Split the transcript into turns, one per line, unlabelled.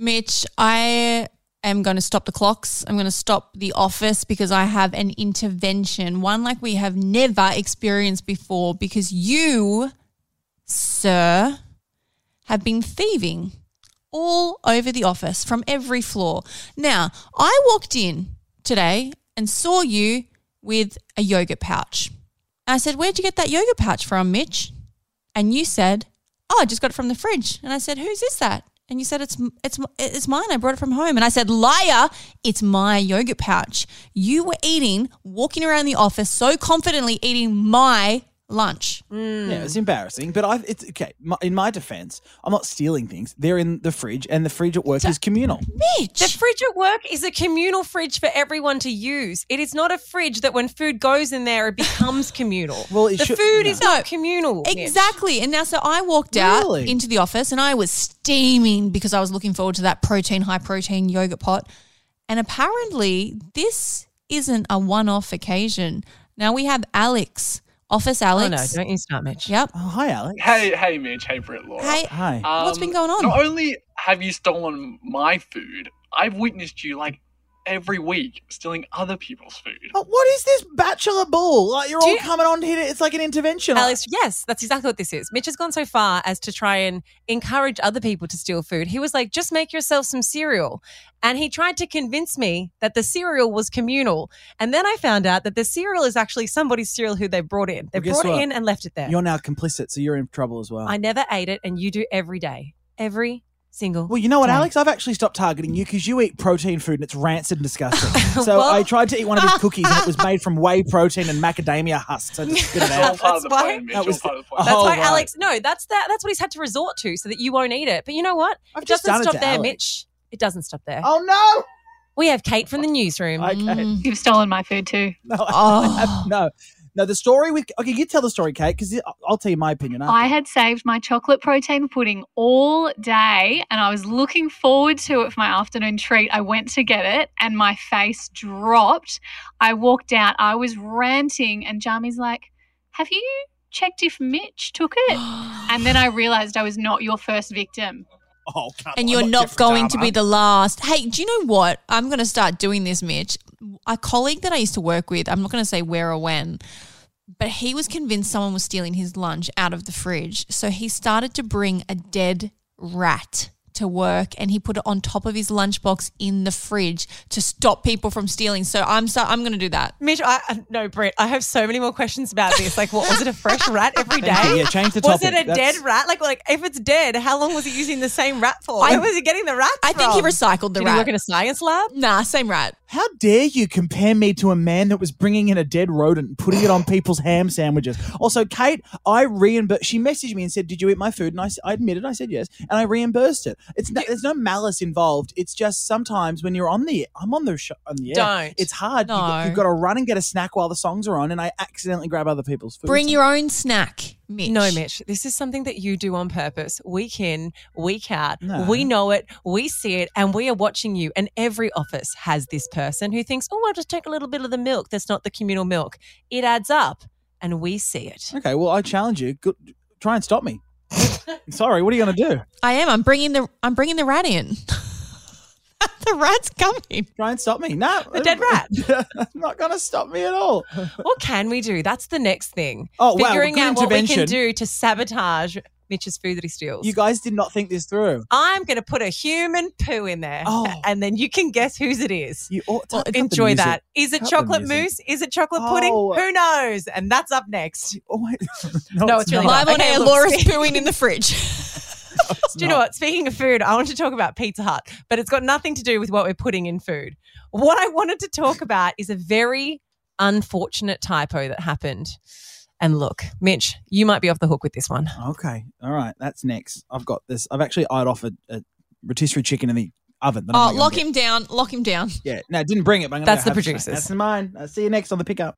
Mitch, I am going to stop the clocks. I'm going to stop the office because I have an intervention, one like we have never experienced before, because you, sir, have been thieving all over the office from every floor. Now, I walked in today and saw you with a yogurt pouch. I said, Where'd you get that yogurt pouch from, Mitch? And you said, Oh, I just got it from the fridge. And I said, Whose is that? And you said, It's it's it's mine. I brought it from home. And I said, Liar! It's my yogurt pouch. You were eating, walking around the office so confidently, eating my lunch.
Yeah,
Hmm.
it's embarrassing, but I it's okay. My, in my defense, I'm not stealing things. They're in the fridge, and the fridge at work is communal.
Mitch,
The fridge at work is a communal fridge for everyone to use. It is not a fridge that when food goes in there, it becomes communal.
Well, it
the
should-
food
no.
is not communal. Mitch.
Exactly. And now, so I walked out
Really?
into the office and I was steaming because I was looking forward to that protein, high protein yogurt pot. And apparently, this isn't a one off occasion. Now we have Alex, Office
Oh
Alex.
no, don't you start, Mitch.
Yep.
Oh, hi, Alex.
Hey, hey, Mitch. Hey, Britt Laura.
Hey,
Hi.
Uh,
Um,
what's been going on?
Not only have you stolen my food, I've witnessed you like every week stealing other people's food.
Oh, what is this bachelor ball? Like you're
Do
all
you-
coming on here. It's like an intervention.
Alice, yes, that's exactly what this is. Mitch has gone so far as to try and encourage other people to steal food. He was like, just make yourself some cereal. And he tried to convince me that the cereal was communal. And then I found out that the cereal is actually somebody's cereal who they brought in. They
Well, guess
brought
what?
it in and left it there.
You're now complicit, so you're in trouble as well.
I never ate it, and you do every day. Every single
well, you know what,
day.
Alex? I've actually stopped targeting you because you eat protein food and it's rancid and disgusting. So
Well-
I tried to eat one of his cookies and it was made from whey protein and macadamia husks. I just spit it
It's all
out.
That's
part of the
why-
plan, Mitch.
that
All
was
part of
the-
the plan.
That's
Oh,
why
right.
Alex. No, that's that. That's what he's had to resort to, so that you won't eat it. But you know what?
I've
it
just
doesn't
done it
stop
to
there,
Alex.
Mitch. It doesn't stop there.
Oh no!
We have Kate from the newsroom.
Okay.
Mm.
You've stolen my food too.
No, I-
Oh.
I- no, no. The story with okay, you tell the story, Kate, because I'll tell you my opinion. after.
I had saved my chocolate protein pudding all day and I was looking forward to it for my afternoon treat. I went to get it and my face dropped. I walked out, I was ranting, and Jami's like, Have you checked if Mitch took it? And then I realized I was not your first victim.
Oh, come
and
on,
you're
I'm
not
Jeffrey
going to
Dahmer.
be the last. Hey, do you know what? I'm going to start doing this, Mitch. A colleague that I used to work with, I'm not going to say where or when, but he was convinced someone was stealing his lunch out of the fridge. So he started to bring a dead rat to work and he put it on top of his lunchbox in the fridge to stop people from stealing. So I'm so, I'm going to do that.
Mitch, I I- no, Britt. I have so many more questions about this. Like, what was it? A fresh rat every
Thank you.
day?
Yeah, change the
Was
topic.
it a
That's-
dead rat? Like, like if it's dead, how long was he using the same rat for? Where was he getting the rat?
I think he
from?
recycled the
Did he
rat.
work in a science lab?
nah, same rat.
How dare you compare me to a man that was bringing in a dead rodent and putting it on people's ham sandwiches? Also, Kate, I reimbursed. She messaged me and said, "Did you eat my food?" And I, s- I admitted, I said yes, and I reimbursed it. It's no, there's no malice involved. It's just sometimes when you're on the, I'm on the sh- on the air.
Don't.
It's hard. You've got-
No.
You've got to run and get a snack while the songs are on, and I accidentally grab other people's food.
Bring your own snack, Mitch.
No, Mitch, this is something that you do on purpose, week in, week out.
No.
We know it, we see it, and we are watching you. And every office has this person who thinks, oh, I'll just take a little bit of the milk that's not the communal milk. It adds up, and we see it.
Okay, well, I challenge you. Go, try and stop me. Sorry, what are you going to do?
I am. I'm bringing the I'm bringing the rat in. the rat's coming.
Try and stop me. No. uh,
The dead rat.
not going to stop me at all.
What can we do? That's the next thing.
Oh, wow.
Figuring
Good
out what we can
intervention.
do to sabotage Mitch's food that he steals.
You guys did not think this through.
I'm going to put a human poo in there,
Oh.
and then you can guess whose it is.
You ought to
Well, enjoy that. Is it
Cut the
chocolate
music.
mousse? Is it chocolate pudding?
Oh.
Who knows? And that's up next.
Oh, wait. no,
No, it's really
not.
Live on
Okay,
air,
look,
Laura's
speak-
pooing in the fridge.
It's
Do you know
not.
what? Speaking of food, I want to talk about Pizza Hut, but it's got nothing to do with what we're putting in food. What I wanted to talk about is a very unfortunate typo that happened. And look, Mitch, you might be off the hook with this one.
Okay. All right. That's next. I've got this. I've actually eyed off a, a rotisserie chicken in the oven. that I'm
Oh,
gonna
lock
get.
him down. Lock him down.
Yeah. No, I didn't bring it. But I'm gonna
That's
go
the
have it.
producers.
That's mine. I'll see you next on the pickup.